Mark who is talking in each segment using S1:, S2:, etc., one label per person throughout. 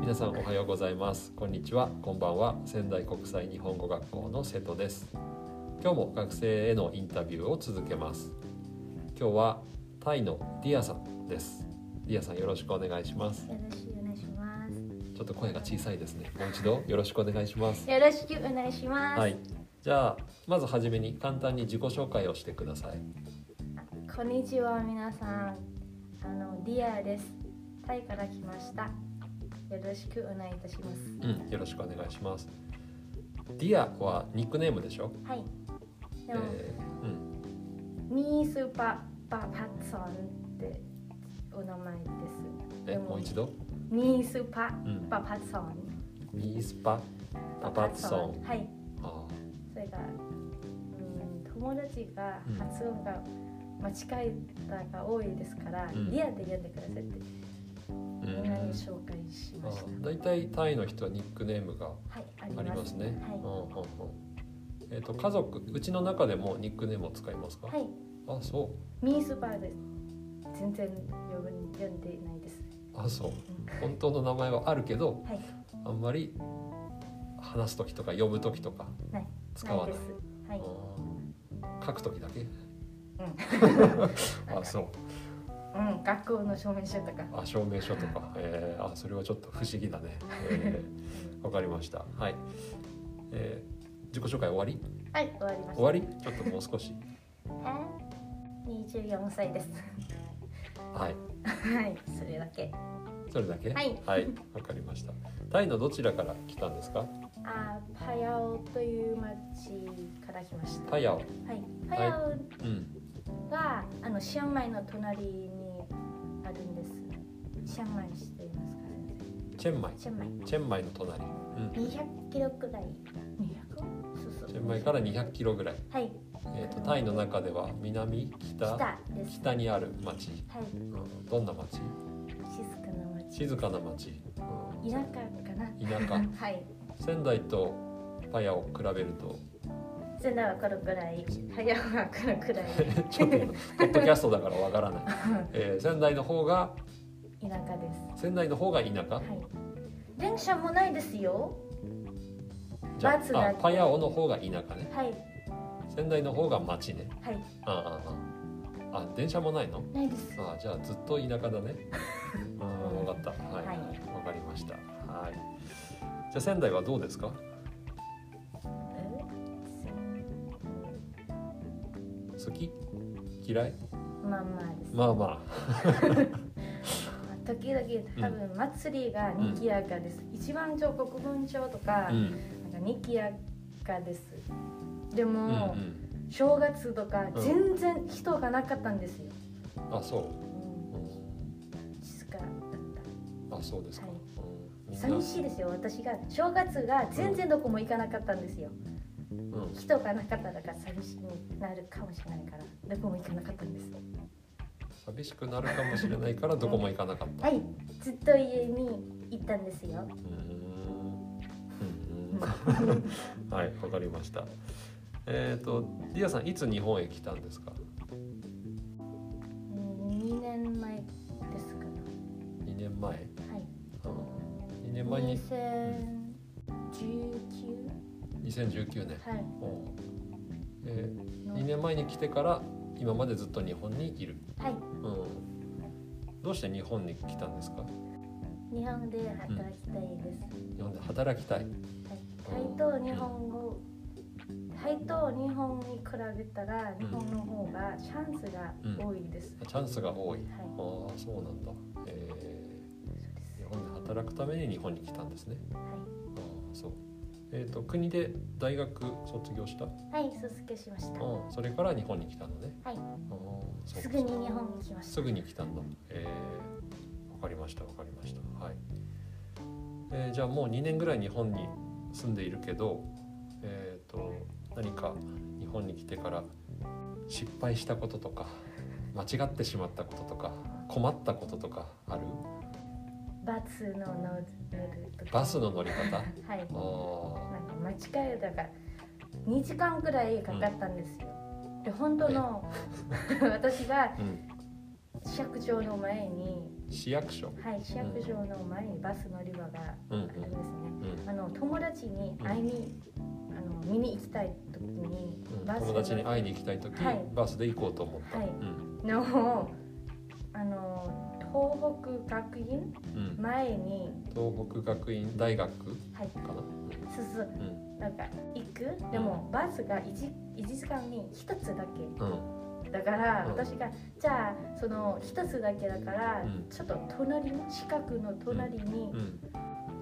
S1: 皆さんおはようございますこんにちはこんばんは仙台国際日本語学校の瀬戸です今日も学生へのインタビューを続けます今日はタイのディアさんですディアさんよろしくお願いします
S2: よろしくお願いします。
S1: ちょっと声が小さいですねもう一度よろしくお願いします
S2: よろしくお願いします。
S1: はいじゃあまずはじめに簡単に自己紹介をしてください
S2: こんにちは、皆さん。あの、ディアです。タイから来ました。よろしくお願いいたします。
S1: うんよろしくお願いしますディアはニックネームでしょ
S2: はい。でも、
S1: えーうん
S2: ミースーパーパーパッソンってお名前です。
S1: えもう一
S2: 度。
S1: 度
S2: ミースーパ
S1: う
S2: ー
S1: ん
S2: パーパッソン。
S1: ミースパパパッソン。
S2: はい。
S1: あ
S2: それが、うん、友達が発音が間違えたが多いですから、
S1: うん
S2: ディアで呼んでくださいって。
S1: ーう
S2: お
S1: ん
S2: 願い紹介し
S1: あ
S2: ました。
S1: 大体タイの人はニックネームが
S2: はい、
S1: ありますね。
S2: はい
S1: うんうんうんえっ、と家族うちの中でもニックネームを使いますか。
S2: はい、
S1: あそう
S2: ミースバーです。全然呼ぶ読んでないです。
S1: あそう
S2: うん
S1: 本当の名前はあるけど
S2: はい、
S1: あんまり話す時とか呼ぶ時とか
S2: ない
S1: 使わない。
S2: です。はい、
S1: あー書く時だけ。あそう
S2: うん、学校の証明書とか。
S1: あ証明書とか、えーあそれはちょっと不思議だね。えー わ、かりました。はい、えー自己紹介終わり？
S2: はい、終わりました。
S1: 終わり？ちょっともう少し。
S2: えー二十四歳です。
S1: はい。
S2: はい、それだけ。
S1: それだけ。
S2: はい
S1: わかりました。タイのどちらから来たんですか？
S2: あー、パヤオという町から来ました。
S1: パヤオ。
S2: はい、パヤオ
S1: うん。
S2: が、あのシアンマイの隣にあるんです。シアンマイ知っていますか先
S1: チェンマイ
S2: 生。。シアンマイ。
S1: チェンマイの隣。うん。
S2: 200キロくらい200そうそう
S1: チェンマイから200キロぐらい。
S2: はい
S1: えっ、とタイの中では南、北、
S2: 北です
S1: 北にある町。
S2: はい
S1: うん、どんな町？
S2: 静かな町
S1: 静かな町。うん
S2: 田舎か
S1: 田
S2: な
S1: 舎。
S2: はい
S1: 仙台とパヤを比べる と
S2: 仙台はこのくらい早尾はこのくら い
S1: ちょっと今ポッドキャストだからわからない、えー仙台の方が
S2: 田舎です
S1: 仙台の方が田舎
S2: はい電車もないですよ
S1: じゃ
S2: バツ
S1: あ
S2: だ
S1: あパヤオの方が田舎ね
S2: はい
S1: 仙台の方が町ね
S2: はい
S1: あああああ電車もないの
S2: ないです
S1: ああじゃあずっと田舎だ ねああ分かったはいわ、
S2: はい
S1: かりましたはいじゃあ仙台はどうですか
S2: え
S1: 好き嫌い
S2: まあまあです、
S1: まあま
S2: 時々多分祭りがにぎやかです、一番町国分町とか
S1: あ、,、うん、
S2: なんかにぎやかですで
S1: うんう
S2: も、
S1: ん
S2: 正月とか
S1: うん
S2: 全然人がなかったんですよ、
S1: あそうう、
S2: ん
S1: うん、
S2: 静かだっ
S1: あそうですか、
S2: はい
S1: うん
S2: た
S1: みんな
S2: 寂しいですよ私が正月が全然どこも行かなかったんですよ
S1: うん
S2: 人がなかったから寂しくなるかもしれないからどこも行かなかったんです
S1: 寂しくなるかもしれないからどこも行かなかった。
S2: はいずっと家に行ったんです
S1: う
S2: よ
S1: ーん うーんはい、わかりました。えっ、と、ディアさんいつ日本へ来たんですか。
S2: 2年前ですかね
S1: 2年前。
S2: はい
S1: うん、2年前に
S2: 2019
S1: 2019年。
S2: はい
S1: おうえー、
S2: の
S1: 2年前に来てから今までずっと日本にいる。
S2: はい
S1: うん。どうして日本に来たんですか。
S2: 日本で働きたいです、
S1: 日本で働きたい。
S2: タイと日本語タイと日本に比べたら日本の方がチャンスが多いです、
S1: チャンスが多い。あ
S2: はい
S1: あ、そうなんだ。え
S2: そう
S1: ー、
S2: で
S1: 日
S2: す
S1: 本で働くために日本に来たんですね。
S2: は
S1: ああそう。えっ、と国で大学卒業した。う
S2: い、はい、卒業しましたは
S1: ん。それから日本に来たのね。
S2: い
S1: ああそう
S2: すぐに日本に来ました
S1: すぐに来たんだ。えーわかりましたわかりました。はい。えーじゃあもう2年ぐらい日本に住んでいるけど、えっ、と何か日本に来てから失敗したこととか。間違ってしまったこととか困ったこととかある
S2: バスの乗るとか
S1: バスの乗り方あ
S2: はいなん
S1: あ
S2: か間違えたから2時間くらいかかったんですよ、で本当の私が
S1: うん
S2: 市役所の前に
S1: 市役所。
S2: はい市役所の前にバス乗り場が
S1: うん
S2: ありますね、
S1: うんうん。
S2: あの友達に会いに、あの見に行きたい時に
S1: うん
S2: バス
S1: 友達に会いに行きたい時、
S2: はい
S1: バスで行こうと思った。
S2: はい
S1: うん
S2: のあの東北学院
S1: うん、
S2: 前に
S1: 東北学院大学か
S2: はい
S1: な。
S2: 進
S1: うん
S2: なんか行くでもバスが 1, 一時間に1つだけ
S1: うん
S2: だから
S1: うん
S2: 私がじゃあその1つだけだから、
S1: うん
S2: ちょっと隣の近くの隣に
S1: うんうん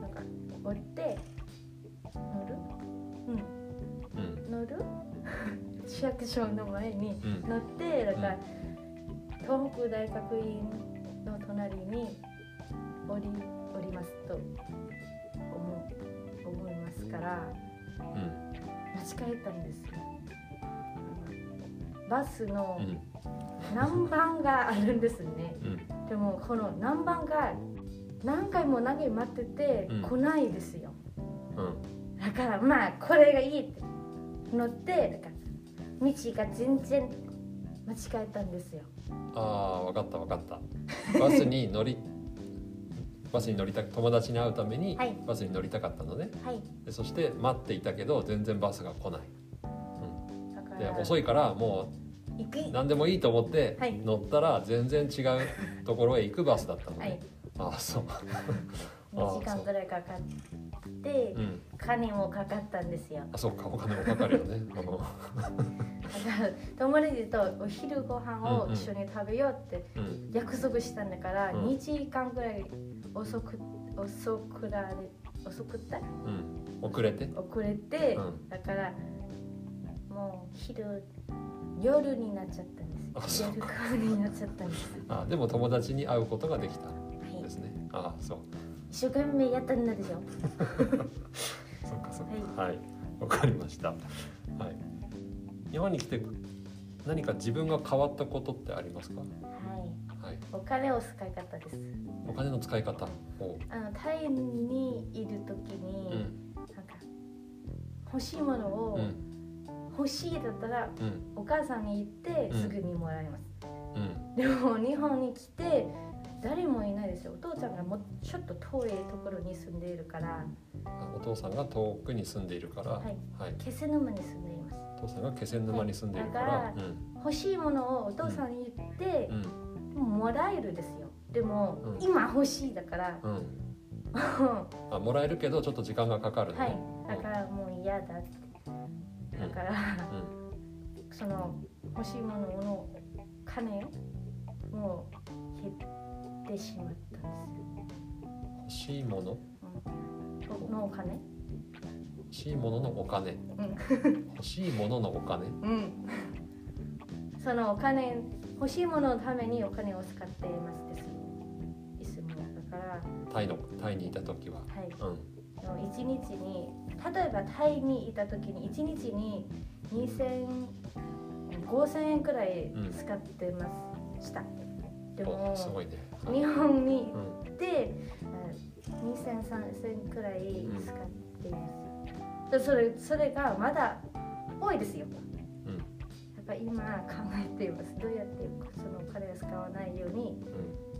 S2: なんか追って乗る
S1: うん
S2: 乗る 市役所の前に
S1: うん
S2: 乗ってだから、東北大学院の隣に降り降りますと思う思いますから
S1: うん
S2: 間違えたんですよあのバスの
S1: うん
S2: 南番があるんですね
S1: うん
S2: でもこの南番が何回も何回も待ってて
S1: うん
S2: 来ないですよ、
S1: うん
S2: だからまあこれがいいって乗ってだから道が全然間違えたんですよ
S1: ああわかったわかった。バスに乗りバスに乗りたく友達に会うために
S2: はい
S1: バスに乗りたかったのね。
S2: はい
S1: でそして待っていたけど全然バスが来ない。
S2: だか
S1: で
S2: ら
S1: 遅いからもう
S2: 行く
S1: 何でもいいと思って
S2: はい
S1: 乗ったら全然違うところへ行くバスだったの
S2: は
S1: ね、
S2: い
S1: ああそう、
S2: 2時間ぐらいかかって
S1: うん、
S2: 金もかかったんですよ
S1: あそうかお金もかかるよね
S2: だから友達とお昼ご飯を一緒に食べようって
S1: うんうん
S2: 約束したんだから
S1: うん
S2: 2時間ぐらい遅く遅くられ遅くった
S1: うん遅れて
S2: 遅れて、
S1: うん
S2: だからもう昼夜になっちゃったん
S1: あ
S2: です
S1: そう
S2: 夜からになっちゃったんです
S1: あでも友達に会うことができたん
S2: はい
S1: ですねああそう
S2: 一生懸命やったんですよ
S1: そっかそっかはいわ、かりましたはい日本に来て何か自分が変わったことってありますか
S2: はい
S1: はい
S2: お金を使い方です
S1: お金の使い方を
S2: あのタイにいる時
S1: う
S2: に、
S1: ん
S2: なんか欲しいもの
S1: う
S2: を
S1: ん
S2: 欲しいだったら
S1: うん
S2: お母さんに言って
S1: うん
S2: すぐにもらいます、
S1: うん
S2: でも日本に来て誰もいないですよお父ちゃんがもうちょっと遠いところに住んでいるから
S1: あお父さんが遠くに住んでいるから
S2: はい、
S1: はい、
S2: 気仙沼に住んでいます
S1: お父さんが気仙沼に住んでいるから、
S2: はいだ
S1: うん
S2: 欲しいものをお父さんに言って
S1: う、ん
S2: もらえるですよでも、
S1: うん
S2: 今欲しいだから、
S1: うん、
S2: は
S1: あもらえるけどちょっと時間がかかるね、
S2: いだからもう嫌だってだから、
S1: うん
S2: その欲しいものの金も減ってしまったんですよ
S1: 欲しいもの
S2: おのお金
S1: 欲しいもののお金、欲しいもののお金
S2: うんそのお金欲しいもののためにお金を使っていますですいつもだから
S1: タイのタイにいた時は、
S2: はい
S1: うん、
S2: の1日に例えばタイにいた時に1日に2000 5000円くらい使ってました、でも
S1: おすごいね、はい
S2: 日本に
S1: う
S2: 行
S1: ん、
S2: って20003000くらい使っています、でそれそれがまだ多いですよ
S1: うん
S2: やっぱ今考えていますどうやってそのお金を使わないように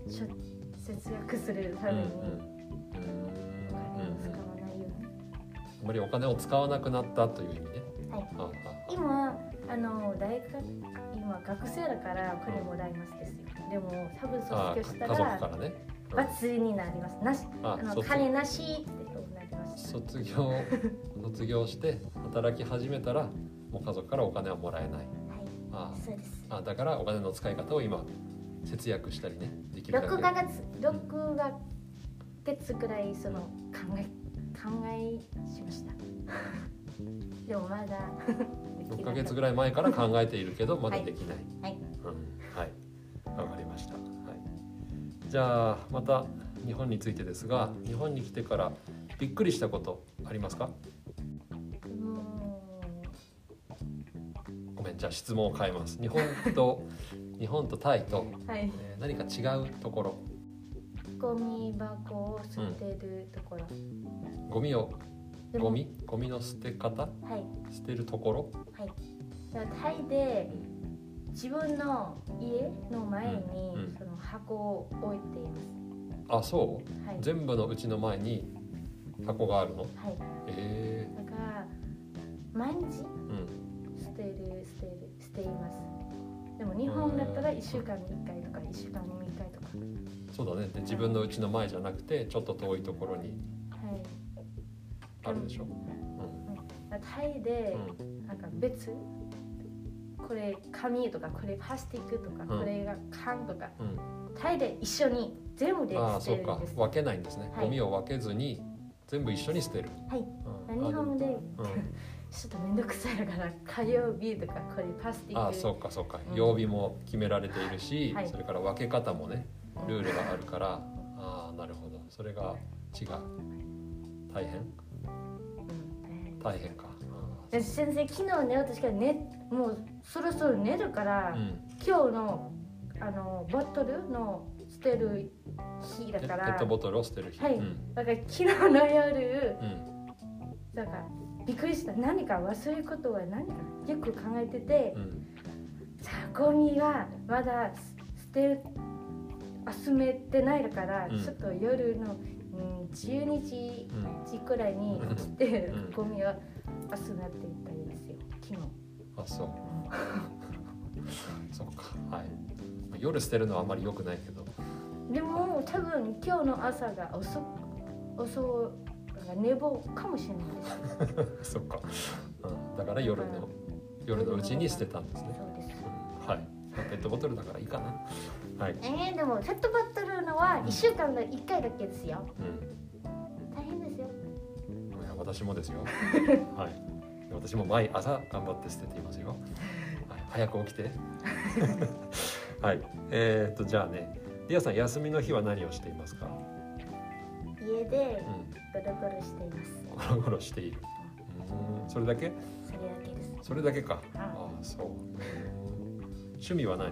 S1: うん
S2: しょ節約するた
S1: う
S2: め
S1: ん
S2: に
S1: うんうん
S2: お金を
S1: う
S2: 使
S1: ん
S2: わないように
S1: あまりお金を使わなくなったという意味ね、
S2: はい
S1: ああ
S2: 今あの大学今学生だからお金もらいますですよでも多分
S1: ああ
S2: 卒業した
S1: 家族かららねうん
S2: 罰になりますなしあ
S1: あ
S2: の
S1: 卒
S2: 金なしってなります
S1: 卒業 卒業して働き始めたらもう家族からお金はもらえない
S2: はい
S1: ああ
S2: そうです
S1: あだからお金の使い方を今節約したりねできるだけ
S2: 6ヶ月6ヶ月くらいその考え考えしましたでもまだで
S1: 6
S2: き
S1: ヶ
S2: な
S1: 月ぐ
S2: らい
S1: らい前から考えているけどまだできない
S2: はい
S1: うんはいわかりました、はい、じゃあまた日本についてですが日本に来てからびっくりしたことありますか
S2: うーん
S1: ごめんじゃあ質問を変えます日本と 日本とタイと、
S2: はい
S1: えー何か違うところ
S2: ゴミ箱を捨てるところ、
S1: ゴミを
S2: でも
S1: ゴミゴミの捨て方
S2: はい
S1: 捨てるところ
S2: タイで、自分の家の前に
S1: うんうん
S2: その箱を置いています。
S1: あそう
S2: はい。
S1: 全部のうちの前に箱があるの
S2: はい。
S1: え
S2: だから毎日
S1: えうん
S2: 捨てる捨てる捨ています。でも日本だったら一週間に一回とか一週間に一回とか。
S1: そうだねで自分のうちの前じゃなくてちょっと遠いところに
S2: はい。
S1: あるでしょ、
S2: だからタイで
S1: う
S2: なんか別、これ紙とかこれプラスティックとか、
S1: うん
S2: これが缶とか
S1: んうん
S2: タイで一緒に全部で
S1: あ
S2: 捨
S1: あそ
S2: て
S1: う
S2: るん
S1: か
S2: です。
S1: 分けないんですね、
S2: はい
S1: ゴミを分けずに全部一緒に捨てる
S2: はい
S1: うん
S2: 日本で
S1: あ,でも、うん
S2: ちょっと面倒くさいから火曜日とかこれパスティ
S1: ああ
S2: ック
S1: そうかそうか、
S2: うん
S1: 曜日も決められているし、
S2: はい
S1: それから分け方もね
S2: うん
S1: ルールがあるからああなるほどそれが違う大変
S2: うん
S1: 大変かあ
S2: で先生昨日ね私がねもうそろそろ寝るか
S1: あ
S2: ら、
S1: うん
S2: 今日のあのボトルの捨てる日だ
S1: ペ
S2: か
S1: ペッ
S2: ら
S1: トボトルを捨てる日、
S2: はい
S1: うん
S2: だから昨日の夜
S1: うん
S2: なんかびっくりした何か忘れることは何かよく考えてて
S1: う、ん
S2: さあゴミがまだ捨てる集めてないから、
S1: うん
S2: ちょっと夜の、うん、12時
S1: うん
S2: 時くらいに来て、
S1: うん
S2: ゴミは集まっていったんですよ昨日
S1: あ そうそっかはいまあ夜捨てるのはあんまり良くないけど
S2: でも多分今日の朝が遅く遅なんか寝坊かもしれないで す
S1: そっか、うん、だから夜の夜のうちに捨てたんですね。
S2: そうです
S1: うんはい。まあペットボトルだからいいかな。はい。
S2: えー、でもペットボトルのは
S1: うん
S2: 1週間の1回だけですよ
S1: う
S2: 大変ですよ
S1: ん。いや私もですよ。はい。私も毎朝頑張って捨てていますよ。はい、早く起きて。はい。えー、っとじゃあね、リアさん休みの日は何をしていますか。
S2: 家で
S1: うん。
S2: ゴロゴロしています
S1: ゴロゴロしている。うん。それだけ？
S2: それだけです
S1: それだけか。ああ、そう。うん趣味は何？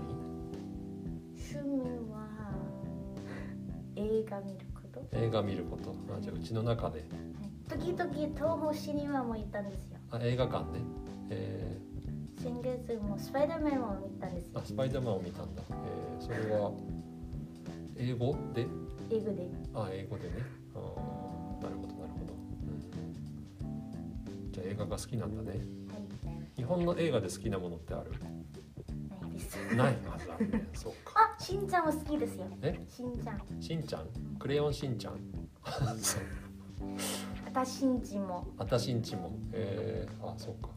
S2: 趣味は映画見ること
S1: 映画見ること。あじゃあうちの中で。
S2: 時々東宝シネマも行ったんですよ
S1: あ映画館ね。えー
S2: 先月もスパイダーマンも見たんですよ
S1: あスパイダーマンを見たんだ、えーそれは英語で
S2: 英語で
S1: あ英語でねあーなるほどなるほど、うんじゃあ映画が好きなんだね
S2: はい
S1: 日本の映画で好きなものってある
S2: ないです
S1: ないはずだね そうか
S2: あ、しんちゃんも好きですよ。
S1: え
S2: しんちゃん。
S1: しんちゃんクレヨンしんちゃんそう
S2: あたしんちも。
S1: あたしんちもえー、あそうか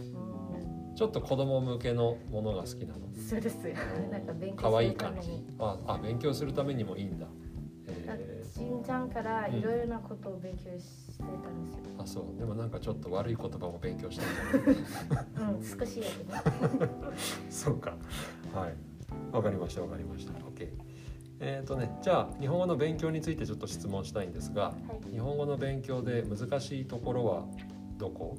S2: うん。
S1: ちょっと子供向けのものが好きなの
S2: そうです。なんか勉
S1: 可
S2: 強
S1: 愛
S2: す
S1: い
S2: るた
S1: 感
S2: め
S1: じ
S2: に。
S1: ああ勉強するためにもいいんだえ
S2: しんちゃんからいろいろなことを勉強してたんですよ。
S1: ー、あそうでもなんかちょっと悪い言葉も勉強したんだね
S2: うん、少しだけど。
S1: そうか。はい。わかりました。わかりました。オッケー。えっ、とね、じゃあ日本語の勉強についてちょっと質問したいんですが、
S2: はい。
S1: 日本語の勉強で難しいところはどこ？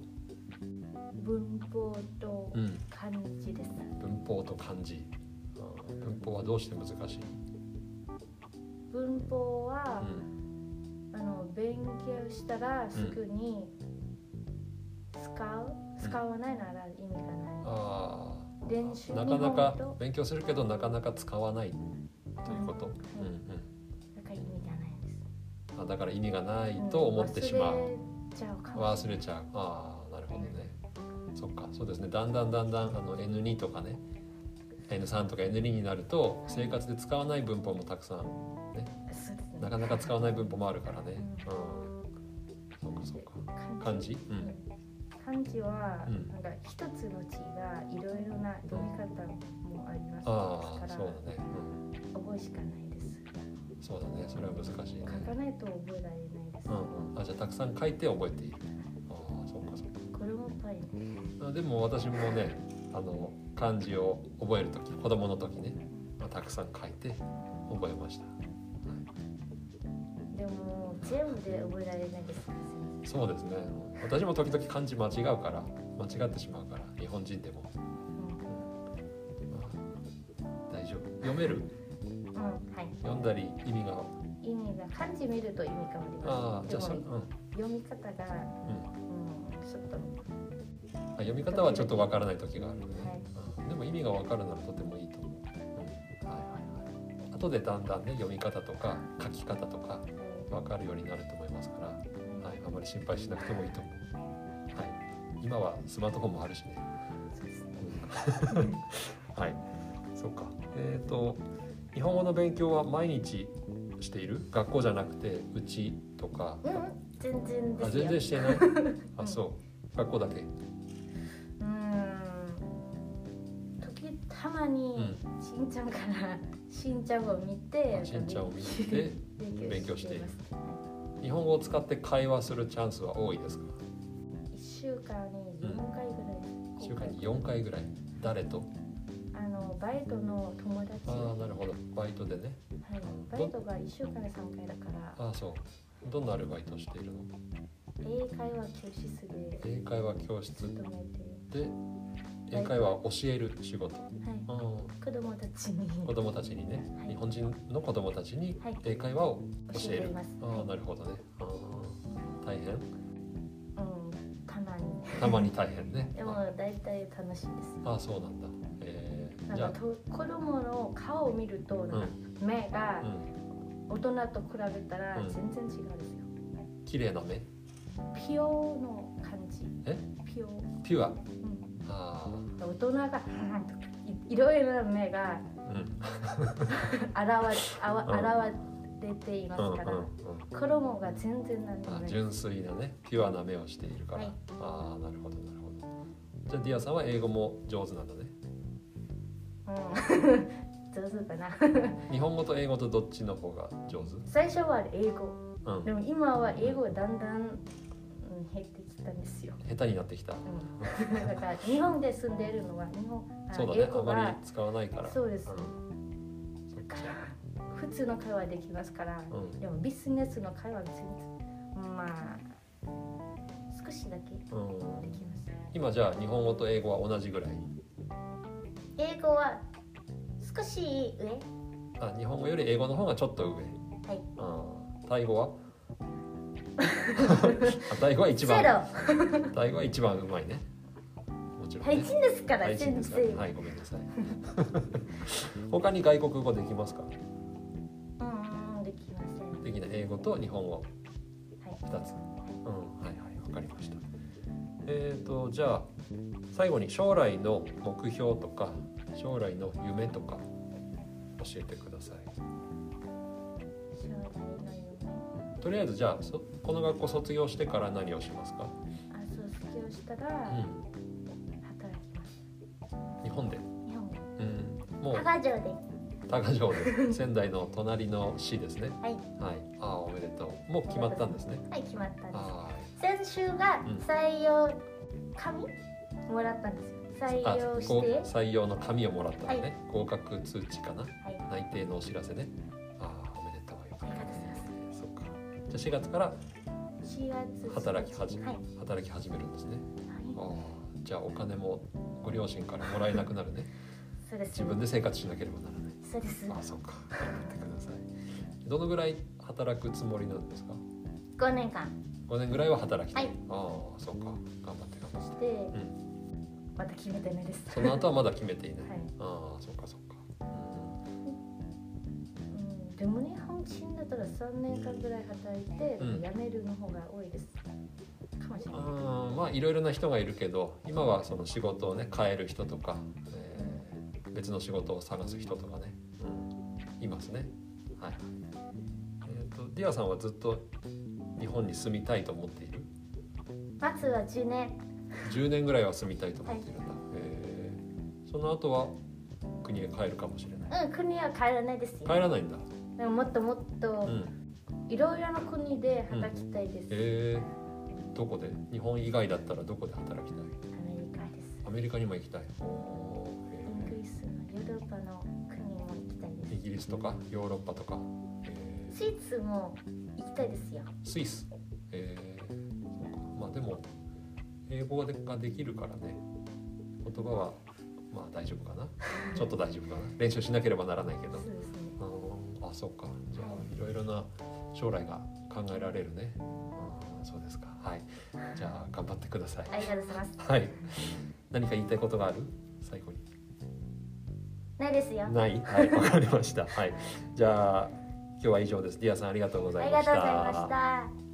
S2: 文法と
S1: うん。
S2: 漢字です。
S1: 文法と漢字。あー文法はどうして難しい？
S2: 文法
S1: う
S2: は、
S1: ん。
S2: あの勉強したらすぐに使う、使わないなら意味がない。
S1: あ
S2: 練習
S1: あ。なかなか
S2: 日本語と
S1: 勉強するけどなかなか使わないということ。
S2: うん
S1: うん
S2: はいなんか意味がないです。
S1: うん。あだから意味がないと思ってしまう。
S2: 忘れちゃうかもし
S1: 忘れちゃうああなるほどねそっかそうですねだんだんだんだんあの N2 とかね N3 とか N2 になると生活で使わない文法もたくさん
S2: れない。そうですね
S1: なかなか使わない文法もあるからねうんそうかそうか漢字うん
S2: 漢字は、
S1: うん
S2: なんか一つの字がいろいろな読み方もあります
S1: ああ
S2: から
S1: そうだね、
S2: 覚えしかないです
S1: うん、そうだねそれは難しいね
S2: 書かないと覚えられないです、
S1: うんうんあじゃあたくさん書いて覚えているああそうかそう
S2: これもっぱいね
S1: かあでも私もねあの漢字を覚える時子供の時ね、まあ、たくさん書いて覚えました
S2: でも全部で覚えられないです
S1: そうですね。私も時々漢字間違うから、間違ってしまうから、日本人でも。うん大丈夫。読める。
S2: うん、うんはい
S1: 読んだり、意味が。
S2: 意味が漢字見ると意味変わり
S1: あ
S2: ま
S1: あ、
S2: す
S1: じゃ
S2: で
S1: あ、そ
S2: も
S1: れ、うん、うん。
S2: 読み方が、うん、ちょっと
S1: あ読み方はちょっとわからない時があるね、
S2: はい
S1: うんでも意味がわかるならとてもいいと思う。うんはいはいはい。後でだんだんね読み方とか書き方とかわかるようになると思いますから、はい、あまり心配しなくてもいいと思う。はい。今はスマートフォンもあるしね。
S2: そうですね
S1: はい。そうか。えっ、と日本語の勉強は毎日している？学校じゃなくてうちとか。
S2: うん全然で
S1: あ
S2: すよ
S1: 全然して ない
S2: う
S1: あ
S2: ん
S1: そう学校だけ
S2: うーん時たまにしんちゃんからしんちゃんを見て
S1: あしんちゃんを見て
S2: 勉強しています
S1: 日本語を使って会話するチャンスは多いですか
S2: 一週間に4回ぐらい、
S1: 一週間に4回ぐらい誰と
S2: あのバイトの友達
S1: あ
S2: は
S1: あなるほどバイトでね
S2: い、バイトが1週間に3回だから
S1: ああそうどんなアルバイトをしているの
S2: 英会話教室で
S1: 英会話教室
S2: 勤めて
S1: で英会話を教える仕事
S2: はい
S1: うん
S2: 子供たちに
S1: 子供たちにね
S2: はい
S1: 日本人の子供たちに
S2: はい
S1: 英会話を
S2: 教
S1: 教え
S2: えてい
S1: る
S2: ます、
S1: ああなるほどねうん大変
S2: うん、たまに
S1: たまに大変ね
S2: でも大体楽しいです
S1: ああそうなんだえー
S2: なん
S1: じ
S2: か
S1: ゃ
S2: と子供の顔を見ると
S1: あ
S2: なんか目が
S1: うんうん
S2: 大人と比べたら
S1: うん
S2: 全然違うんですよ、
S1: 綺麗な目
S2: ピオの感じ
S1: え
S2: ピオ、う
S1: ピュア
S2: ん、
S1: ああ
S2: 大人がうんとかいいろいろな目が
S1: うん
S2: 現あわ現れていま
S1: うんう
S2: す
S1: ん
S2: から、
S1: うん
S2: 衣が全然なんでも
S1: あ
S2: ない。
S1: 純粋なねピュアな目をしているから、
S2: はい
S1: ああなるほどなるほどじゃあディアさんは英語も上手なんだね
S2: うん、 上手かな。
S1: 日本語と英語とどっちの方が上手
S2: 最初は英語、
S1: うん
S2: でも今は英語がだんだん、うん、減ってきたんですよ。
S1: 下手になってきた
S2: うん、だから日本で住んでいるのは日本あ
S1: そうだ
S2: 英
S1: ねあ
S2: 語
S1: ま
S2: が
S1: り使わないから
S2: そうです
S1: んそっか
S2: 普通の会話できますから、
S1: うん
S2: でもビジネスの会話は全然まあ少しだけで
S1: うん
S2: きます。
S1: 今じゃあ日本語と英語は同じぐらい
S2: 英語は少し上、
S1: あ日本語より英語の方がちょっと上
S2: はい、
S1: うんタイ語はあタイ語は一
S2: ゼ
S1: 番
S2: ロ。
S1: タイ語は一番うまいねもちろんね
S2: 配信ですから
S1: はい、
S2: 全
S1: ですから
S2: 然。
S1: はい、ごめんなさい。 他に外国語できますか。
S2: うんうんできません。
S1: できない英語と日本語
S2: はい。
S1: 二つ。うん、はいはい、わかりました。えっ、と、じゃあ、最後に将来の目標とか、将来の夢とか。教えてください。
S2: 将来の夢。
S1: とりあえず、じゃあ、そこの学校卒業してから何をしますか。
S2: あ、卒業したら
S1: うん、
S2: 働きます。
S1: 日本で。
S2: 日本語。
S1: うん、もう
S2: 加賀城で。
S1: 高城で、仙台の隣の市ですね。
S2: はい。
S1: はい、ああ、おめでとう。もう決まったんですね。
S2: はい、決まったんで
S1: は
S2: す。先週が
S1: うん
S2: 採用紙もらったんですよ。
S1: あ
S2: 採用し
S1: こう
S2: て。は。
S1: 採用の紙をもらったのね、合格通知かない内定のお知らせねああおめでとうよかった
S2: ありがとうござい
S1: ね
S2: ます
S1: そっかじゃあ4月から
S2: 4月。
S1: 働き始め、
S2: はい。は
S1: 働き始めるんですねあ
S2: い。
S1: あじゃあお金もご両親からもらえなくなるね
S2: そうです。
S1: 自分で生活しなければならない
S2: そうです。
S1: ああそっか頑張ってくださいどのぐらい働くつもりなんですか
S2: 5年間
S1: 5年ぐらいは働きたい、
S2: はい
S1: ああそっか頑張って頑張っ
S2: して、
S1: てうん
S2: また決めてないです。
S1: その後はまだ決めていない、
S2: はい。
S1: ああそっかそっかう
S2: うんでも日本人だったら3年間ぐらい働いて、
S1: うん
S2: 辞めるの方が多いですかもしれない、
S1: うんまあいろいろな人がいるけど今はその仕事をね変える人とか、えー別の仕事を探す人とかね、うんいますね。はいえー、とディアさんはずっと日本に住みたいと思っている
S2: まずは10年
S1: 10年ぐらいは住みたいと思っているんだ、えーその後は国へ帰るかもしれない
S2: うん国は変えられないですよ
S1: 帰らないんだ、
S2: でももっともっ
S1: う
S2: と
S1: ん
S2: いろいろな国で働きたいです、
S1: えーどこで日本以外だったらどこで働きたい
S2: アメリカです
S1: アメリカにも行きたいおーえ
S2: イ
S1: ー
S2: ギリスのヨーロッパの国も行きたい
S1: イ
S2: で
S1: ギリスとかヨーロッパとか、え
S2: すスイーツも行きたいですよ
S1: ースイス、えーそうかまあでも英語ができるからね言葉はまあ大丈夫かなちょっと大丈夫かな練習しなければならないけ
S2: そ
S1: ど
S2: うですね
S1: うんあそうかじゃあいろいろな将来が考えられるねうんそうですかはいじゃあ頑張ってください
S2: ありがとうございます
S1: はい何か言いたいことがある最後に
S2: ないですよ。
S1: ないはいわかりましたはいじゃあ今日は以上ですディアさんありがとうご
S2: あ
S1: ざい
S2: り
S1: ま
S2: が
S1: し
S2: とうござい
S1: た
S2: ました。